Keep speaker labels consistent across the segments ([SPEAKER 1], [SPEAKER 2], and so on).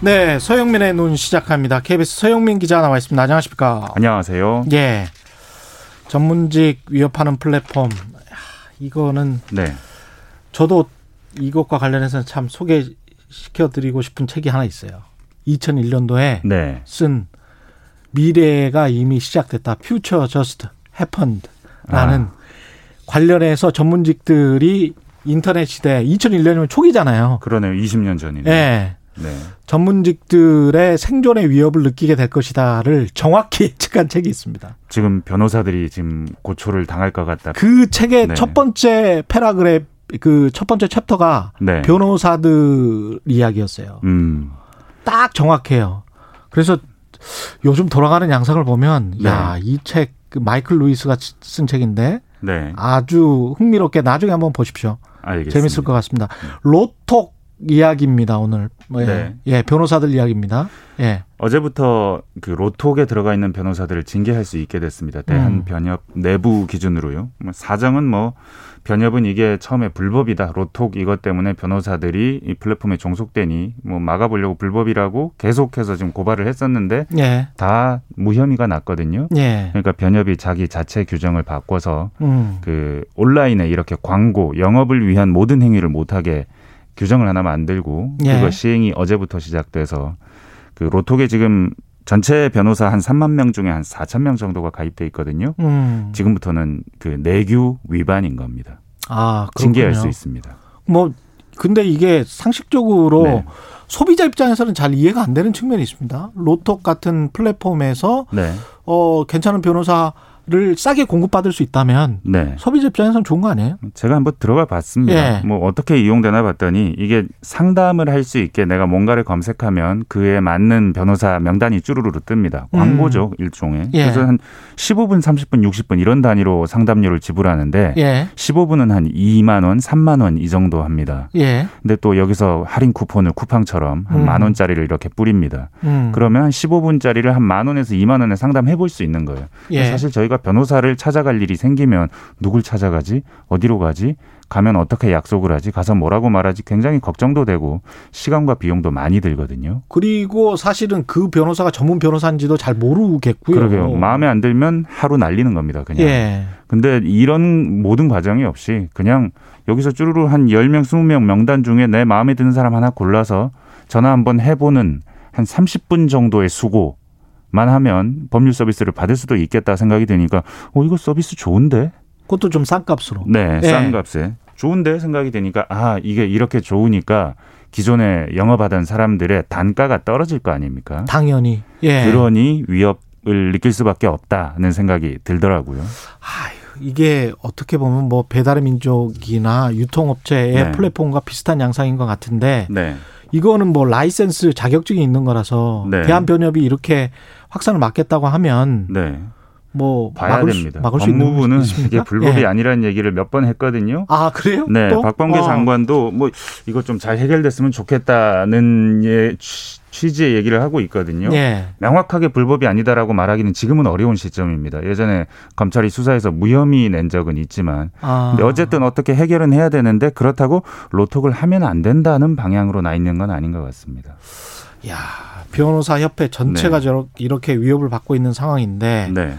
[SPEAKER 1] 네, 서영민의 눈 시작합니다. KBS 서영민 기자 나와 있습니다. 안녕하십니까?
[SPEAKER 2] 안녕하세요.
[SPEAKER 1] 예. 전문직 위협하는 플랫폼. 야, 이거는
[SPEAKER 2] 네.
[SPEAKER 1] 저도 이것과 관련해서는 참 소개시켜 드리고 싶은 책이 하나 있어요. 2001년도에
[SPEAKER 2] 네.
[SPEAKER 1] 쓴 미래가 이미 시작됐다. Future Just Happened라는
[SPEAKER 2] 아.
[SPEAKER 1] 관련해서 전문직들이 인터넷 시대 2001년이면 초기잖아요.
[SPEAKER 2] 그러네요. 20년 전이네.
[SPEAKER 1] 예.
[SPEAKER 2] 네.
[SPEAKER 1] 전문직들의 생존의 위협을 느끼게 될 것이다를 정확히 예측한 책이 있습니다.
[SPEAKER 2] 지금 변호사들이 지금 고초를 당할 것 같다.
[SPEAKER 1] 그 책의
[SPEAKER 2] 네.
[SPEAKER 1] 첫 번째 패라그랩 그 첫 번째 챕터가
[SPEAKER 2] 네.
[SPEAKER 1] 변호사들 이야기였어요.
[SPEAKER 2] 음.
[SPEAKER 1] 딱 정확해요. 그래서 요즘 돌아가는 양상을 보면
[SPEAKER 2] 네.
[SPEAKER 1] 야, 이 책그 마이클 루이스가 쓴 책인데
[SPEAKER 2] 네.
[SPEAKER 1] 아주 흥미롭게 나중에 한번 보십시오.
[SPEAKER 2] 알겠습니다. 음.
[SPEAKER 1] 재밌을 것 같습니다. 로톡 이야기입니다, 오늘. 예.
[SPEAKER 2] 네.
[SPEAKER 1] 예, 변호사들 이야기입니다. 예.
[SPEAKER 2] 어제부터 그 로톡에 들어가 있는 변호사들을 징계할 수 있게 됐습니다.
[SPEAKER 1] 음.
[SPEAKER 2] 대한 변협 내부 기준으로요. 뭐 사정은 뭐 변협은 이게 처음에 불법이다. 로톡 이것 때문에 변호사들이 이 플랫폼에 종속되니 뭐 막아보려고 불법이라고 계속해서 지금 고발을 했었는데
[SPEAKER 1] 예.
[SPEAKER 2] 다 무혐의가 났거든요.
[SPEAKER 1] 예.
[SPEAKER 2] 그러니까 변협이 자기 자체 규정을 바꿔서
[SPEAKER 1] 음.
[SPEAKER 2] 그 온라인에 이렇게 광고 영업을 위한 모든 행위를 못하게 규정을 하나 만들고
[SPEAKER 1] 예.
[SPEAKER 2] 그거 시행이 어제부터 시작돼서 그 로톡에 지금 전체 변호사 한 3만 명 중에 한 4천 명 정도가 가입돼 있거든요.
[SPEAKER 1] 음.
[SPEAKER 2] 지금부터는 그 내규 위반인 겁니다.
[SPEAKER 1] 아, 그렇군요.
[SPEAKER 2] 징계할 수 있습니다.
[SPEAKER 1] 뭐 근데 이게 상식적으로
[SPEAKER 2] 네.
[SPEAKER 1] 소비자 입장에서는 잘 이해가 안 되는 측면이 있습니다. 로톡 같은 플랫폼에서
[SPEAKER 2] 네,
[SPEAKER 1] 어 괜찮은 변호사를 싸게 공급받을 수 있다면
[SPEAKER 2] 네.
[SPEAKER 1] 소비자 입장에서는 좋은 거 아니에요?
[SPEAKER 2] 제가 한번 들어가 봤습니다.
[SPEAKER 1] 예.
[SPEAKER 2] 뭐 어떻게 이용되나 봤더니 이게 상담을 할 수 있게 내가 뭔가를 검색하면 그에 맞는 변호사 명단이 쭈루루루 뜹니다. 광고죠, 일종의.
[SPEAKER 1] 음. 예.
[SPEAKER 2] 그래서 한 15분, 30분, 60분 이런 단위로 상담료를 지불하는데
[SPEAKER 1] 예.
[SPEAKER 2] 15분은 한 2만 원, 3만 원 이 정도 합니다.
[SPEAKER 1] 예.
[SPEAKER 2] 근데 또 여기서 할인 쿠폰을 쿠팡처럼 한
[SPEAKER 1] 음.
[SPEAKER 2] 만 원짜리를 이렇게 뿌립니다.
[SPEAKER 1] 음.
[SPEAKER 2] 그러면 한 15분짜리를 한 만 원에서 2만 원에 상담해 볼 수 있는 거예요.
[SPEAKER 1] 예.
[SPEAKER 2] 사실 저희가 변호사를 찾아갈 일이 생기면 누굴 찾아가지? 어디로 가지? 가면 어떻게 약속을 하지? 가서 뭐라고 말하지? 굉장히 걱정도 되고 시간과 비용도 많이 들거든요.
[SPEAKER 1] 그리고 사실은 그 변호사가 전문 변호사인지도 잘 모르겠고요.
[SPEAKER 2] 그러게요. 마음에 안 들면 하루 날리는 겁니다. 그냥.
[SPEAKER 1] 예.
[SPEAKER 2] 근데 이런 모든 과정이 없이 그냥 여기서 쭈루루 한 10명, 20명 명단 중에 내 마음에 드는 사람 하나 골라서 전화 한번 해보는 한 30분 정도의 수고만 하면 법률 서비스를 받을 수도 있겠다 생각이 드니까 어 이거 서비스 좋은데
[SPEAKER 1] 그것도 좀 싼 값으로.
[SPEAKER 2] 네,
[SPEAKER 1] 예.
[SPEAKER 2] 싼 값에 좋은데 생각이 되니까 아 이게 이렇게 좋으니까 기존에 영업하던 사람들의 단가가 떨어질 거 아닙니까?
[SPEAKER 1] 당연히. 예.
[SPEAKER 2] 그러니 위협을 느낄 수밖에 없다는 생각이 들더라고요.
[SPEAKER 1] 아휴, 이게 어떻게 보면 뭐 배달의 민족이나 유통업체의
[SPEAKER 2] 네.
[SPEAKER 1] 플랫폼과 비슷한 양상인 것 같은데
[SPEAKER 2] 네,
[SPEAKER 1] 이거는 뭐 라이센스 자격증이 있는 거라서
[SPEAKER 2] 네.
[SPEAKER 1] 대한변협이 이렇게 확산을 막겠다고 하면
[SPEAKER 2] 네,
[SPEAKER 1] 뭐
[SPEAKER 2] 봐야
[SPEAKER 1] 막을
[SPEAKER 2] 됩니다.
[SPEAKER 1] 수, 막을 수 있는
[SPEAKER 2] 법무부는
[SPEAKER 1] 거 있습니까?
[SPEAKER 2] 이게 불법이
[SPEAKER 1] 예.
[SPEAKER 2] 아니라는 얘기를 몇 번 했거든요.
[SPEAKER 1] 아 그래요?
[SPEAKER 2] 네,
[SPEAKER 1] 또?
[SPEAKER 2] 박범계
[SPEAKER 1] 어.
[SPEAKER 2] 장관도 뭐 이거 좀 잘 해결됐으면 좋겠다는 예, 취- 취지의 얘기를 하고 있거든요.
[SPEAKER 1] 예.
[SPEAKER 2] 명확하게 불법이 아니다라고 말하기는 지금은 어려운 시점입니다. 예전에 검찰이 수사해서 무혐의 낸 적은 있지만
[SPEAKER 1] 아.
[SPEAKER 2] 근데 어쨌든 어떻게 해결은 해야 되는데 그렇다고 로톡을 하면 안 된다는 방향으로 나 있는 건 아닌 것 같습니다.
[SPEAKER 1] 야 변호사 협회 전체가
[SPEAKER 2] 네.
[SPEAKER 1] 저렇게 이렇게 위협을 받고 있는 상황인데
[SPEAKER 2] 네,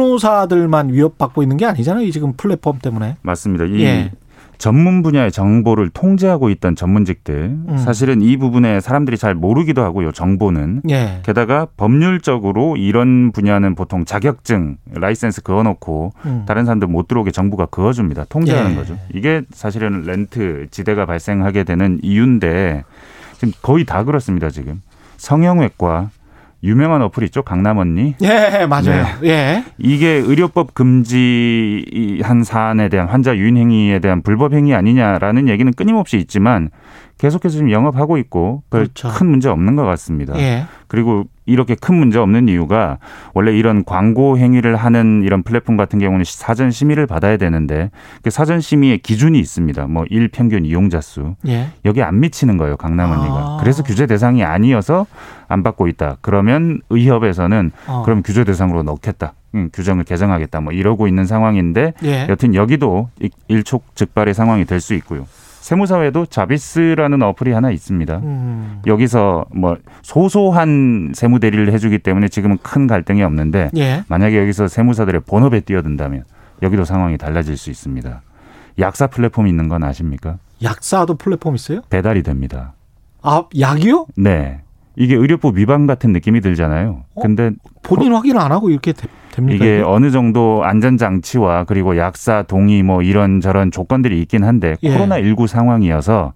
[SPEAKER 1] 변호사들만 위협받고 있는 게 아니잖아요. 지금 플랫폼 때문에.
[SPEAKER 2] 맞습니다. 이
[SPEAKER 1] 예.
[SPEAKER 2] 전문 분야의 정보를 통제하고 있던 전문직들
[SPEAKER 1] 음.
[SPEAKER 2] 사실은 이 부분에 사람들이 잘 모르기도 하고요. 정보는
[SPEAKER 1] 예.
[SPEAKER 2] 게다가 법률적으로 이런 분야는 보통 자격증 라이센스 그어놓고
[SPEAKER 1] 음.
[SPEAKER 2] 다른 사람들 못 들어오게 정부가 그어줍니다. 통제하는
[SPEAKER 1] 예.
[SPEAKER 2] 거죠. 이게 사실은 렌트 지대가 발생하게 되는 이유인데 지금 거의 다 그렇습니다. 지금 성형외과 유명한 어플 있죠. 강남 언니.
[SPEAKER 1] 예, 맞아요.
[SPEAKER 2] 네.
[SPEAKER 1] 예.
[SPEAKER 2] 이게 의료법 금지한 사안에 대한 환자 유인 행위에 대한 불법 행위 아니냐라는 얘기는 끊임없이 있지만 계속해서 지금 영업하고 있고 별 큰
[SPEAKER 1] 그렇죠.
[SPEAKER 2] 문제 없는 것 같습니다.
[SPEAKER 1] 예.
[SPEAKER 2] 그리고 이렇게 큰 문제 없는 이유가 원래 이런 광고 행위를 하는 이런 플랫폼 같은 경우는 사전 심의를 받아야 되는데 그 사전 심의의 기준이 있습니다. 뭐 일평균 이용자 수
[SPEAKER 1] 예.
[SPEAKER 2] 여기 안 미치는 거예요 강남 언니가
[SPEAKER 1] 아.
[SPEAKER 2] 그래서 규제 대상이 아니어서 안 받고 있다. 그러면 의협에서는
[SPEAKER 1] 어.
[SPEAKER 2] 그럼 규제 대상으로 넣겠다. 음, 규정을 개정하겠다. 뭐 이러고 있는 상황인데
[SPEAKER 1] 예.
[SPEAKER 2] 여튼 여기도 이- 일촉즉발의 상황이 될 수 있고요. 세무사회도 자비스라는 어플이 하나 있습니다.
[SPEAKER 1] 음.
[SPEAKER 2] 여기서 뭐 소소한 세무 대리를 해주기 때문에 지금은 큰 갈등이 없는데
[SPEAKER 1] 예.
[SPEAKER 2] 만약에 여기서 세무사들의 본업에 뛰어든다면 여기도 상황이 달라질 수 있습니다. 약사 플랫폼이 있는 건 아십니까?
[SPEAKER 1] 약사도 플랫폼 있어요?
[SPEAKER 2] 배달이 됩니다.
[SPEAKER 1] 아, 약이요?
[SPEAKER 2] 네. 이게 의료법 위반 같은 느낌이 들잖아요.
[SPEAKER 1] 어?
[SPEAKER 2] 근데
[SPEAKER 1] 본인 확인 안 하고 이렇게 되- 됩니까?
[SPEAKER 2] 이게 어느 정도 안전장치와 그리고 약사 동의 뭐 이런 저런 조건들이 있긴 한데
[SPEAKER 1] 예.
[SPEAKER 2] 코로나19 상황이어서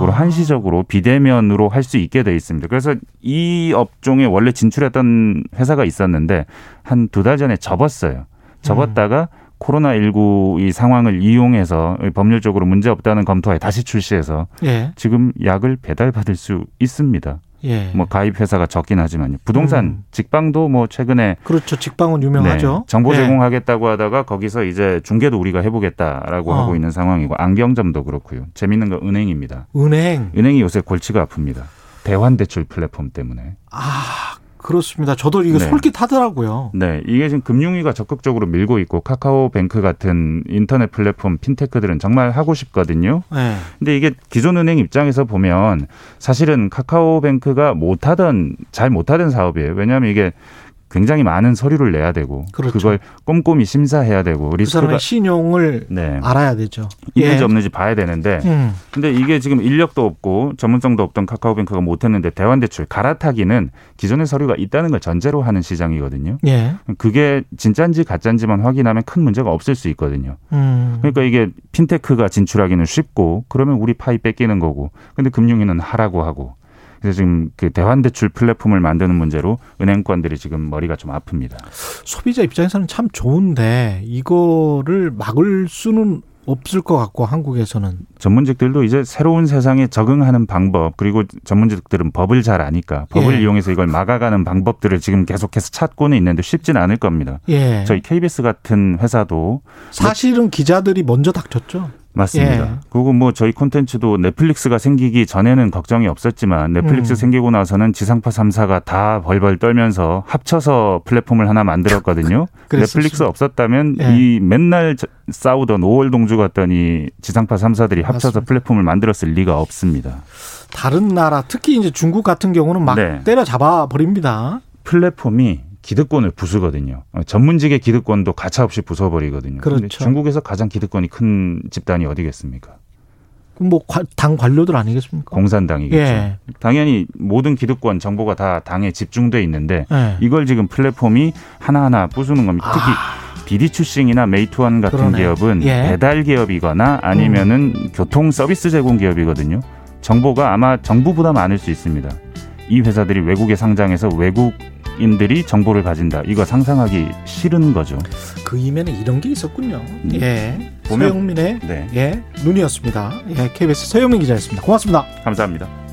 [SPEAKER 2] 일시적으로
[SPEAKER 1] 아.
[SPEAKER 2] 한시적으로 비대면으로 할 수 있게 돼 있습니다. 그래서 이 업종에 원래 진출했던 회사가 있었는데 한 두 달 전에 접었어요. 접었다가
[SPEAKER 1] 음.
[SPEAKER 2] 코로나19 이 상황을 이용해서 법률적으로 문제 없다는 검토하에 다시 출시해서
[SPEAKER 1] 예.
[SPEAKER 2] 지금 약을 배달받을 수 있습니다.
[SPEAKER 1] 예.
[SPEAKER 2] 뭐 가입 회사가 적긴 하지만요. 부동산
[SPEAKER 1] 음.
[SPEAKER 2] 직방도 뭐 최근에
[SPEAKER 1] 그렇죠. 직방은 유명하죠.
[SPEAKER 2] 네, 정보
[SPEAKER 1] 예.
[SPEAKER 2] 제공하겠다고 하다가 거기서 이제 중개도 우리가 해보겠다라고
[SPEAKER 1] 어.
[SPEAKER 2] 하고 있는 상황이고 안경점도 그렇고요. 재밌는 건 은행입니다.
[SPEAKER 1] 예. 은행.
[SPEAKER 2] 은행이 요새 골치가 아픕니다. 대환대출 플랫폼 때문에.
[SPEAKER 1] 아, 그렇습니다. 저도 이거
[SPEAKER 2] 네.
[SPEAKER 1] 솔깃하더라고요.
[SPEAKER 2] 네, 이게 지금 금융위가 적극적으로 밀고 있고 카카오뱅크 같은 인터넷 플랫폼 핀테크들은 정말 하고 싶거든요.
[SPEAKER 1] 예.
[SPEAKER 2] 근데 이게 기존 은행 입장에서 보면 사실은 카카오뱅크가 못하던 잘 못하던 사업이에요. 왜냐하면 이게 굉장히 많은 서류를 내야 되고
[SPEAKER 1] 그렇죠.
[SPEAKER 2] 걸 꼼꼼히 심사해야 되고
[SPEAKER 1] 그
[SPEAKER 2] 리스크가
[SPEAKER 1] 사람의 신용을
[SPEAKER 2] 네.
[SPEAKER 1] 알아야 되죠. 예.
[SPEAKER 2] 있는지 없는지 봐야 되는데
[SPEAKER 1] 음.
[SPEAKER 2] 근데 이게 지금 인력도 없고 전문성도 없던 카카오뱅크가 못했는데 대환대출 갈아타기는 기존의 서류가 있다는 걸 전제로 하는 시장이거든요.
[SPEAKER 1] 예.
[SPEAKER 2] 그게 진짠지 가짠지만 확인하면 큰 문제가 없을 수 있거든요.
[SPEAKER 1] 음.
[SPEAKER 2] 그러니까 이게 핀테크가 진출하기는 쉽고 그러면 우리 파이 뺏기는 거고 근데 금융위는 하라고 하고 그래서 지금 그 대환대출 플랫폼을 만드는 문제로 은행권들이 지금 머리가 좀 아픕니다.
[SPEAKER 1] 소비자 입장에서는 참 좋은데 이거를 막을 수는 없을 것 같고 한국에서는
[SPEAKER 2] 전문직들도 이제 새로운 세상에 적응하는 방법 그리고 전문직들은 법을 잘 아니까 법을
[SPEAKER 1] 예.
[SPEAKER 2] 이용해서 이걸 막아가는 방법들을 지금 계속해서 찾고는 있는데 쉽진 않을 겁니다.
[SPEAKER 1] 예
[SPEAKER 2] 저희 KBS 같은 회사도
[SPEAKER 1] 사실은 기자들이 먼저 닥쳤죠.
[SPEAKER 2] 맞습니다.
[SPEAKER 1] 예.
[SPEAKER 2] 그리고 뭐 저희 콘텐츠도 넷플릭스가 생기기 전에는 걱정이 없었지만 넷플릭스
[SPEAKER 1] 음.
[SPEAKER 2] 생기고 나서는 지상파 3사가 다 벌벌 떨면서 합쳐서 플랫폼을 하나 만들었거든요.
[SPEAKER 1] 그랬었죠.
[SPEAKER 2] 넷플릭스 없었다면
[SPEAKER 1] 예.
[SPEAKER 2] 이 맨날 저- 싸우던 5월 동주 같더니 지상파 3사들이 합쳐서
[SPEAKER 1] 맞습니다.
[SPEAKER 2] 플랫폼을 만들었을 리가 없습니다.
[SPEAKER 1] 다른 나라 특히 이제 중국 같은 경우는 막
[SPEAKER 2] 네.
[SPEAKER 1] 때려잡아 버립니다.
[SPEAKER 2] 플랫폼이 기득권을 부수거든요. 어, 전문직의 기득권도 가차없이 부숴버리거든요. 근데
[SPEAKER 1] 그렇죠.
[SPEAKER 2] 중국에서 가장 기득권이 큰 집단이 어디겠습니까?
[SPEAKER 1] 뭐 당 관료들 아니겠습니까?
[SPEAKER 2] 공산당이겠죠.
[SPEAKER 1] 예.
[SPEAKER 2] 당연히 모든 기득권 정보가 다 당에 집중돼 있는데
[SPEAKER 1] 예.
[SPEAKER 2] 네. 이걸 지금 플랫폼이 하나하나 부수는 겁니다. 특히 비디추싱이나 메이투원 같은
[SPEAKER 1] 아. 그러네.
[SPEAKER 2] 기업은
[SPEAKER 1] 예. 음.
[SPEAKER 2] 배달 기업이거나 아니면은 교통 서비스 제공 기업이거든요. 정보가 아마 정부보다 많을 수 있습니다. 이 회사들이 외국에 상장해서 외국인들이 정보를 가진다. 이거 상상하기 싫은 거죠.
[SPEAKER 1] 그 이면에 이런 게 있었군요. 예.
[SPEAKER 2] 보면-
[SPEAKER 1] 서영민의
[SPEAKER 2] 네,
[SPEAKER 1] 예 눈이었습니다. 예 KBS 서영민 기자였습니다. 고맙습니다.
[SPEAKER 2] 감사합니다.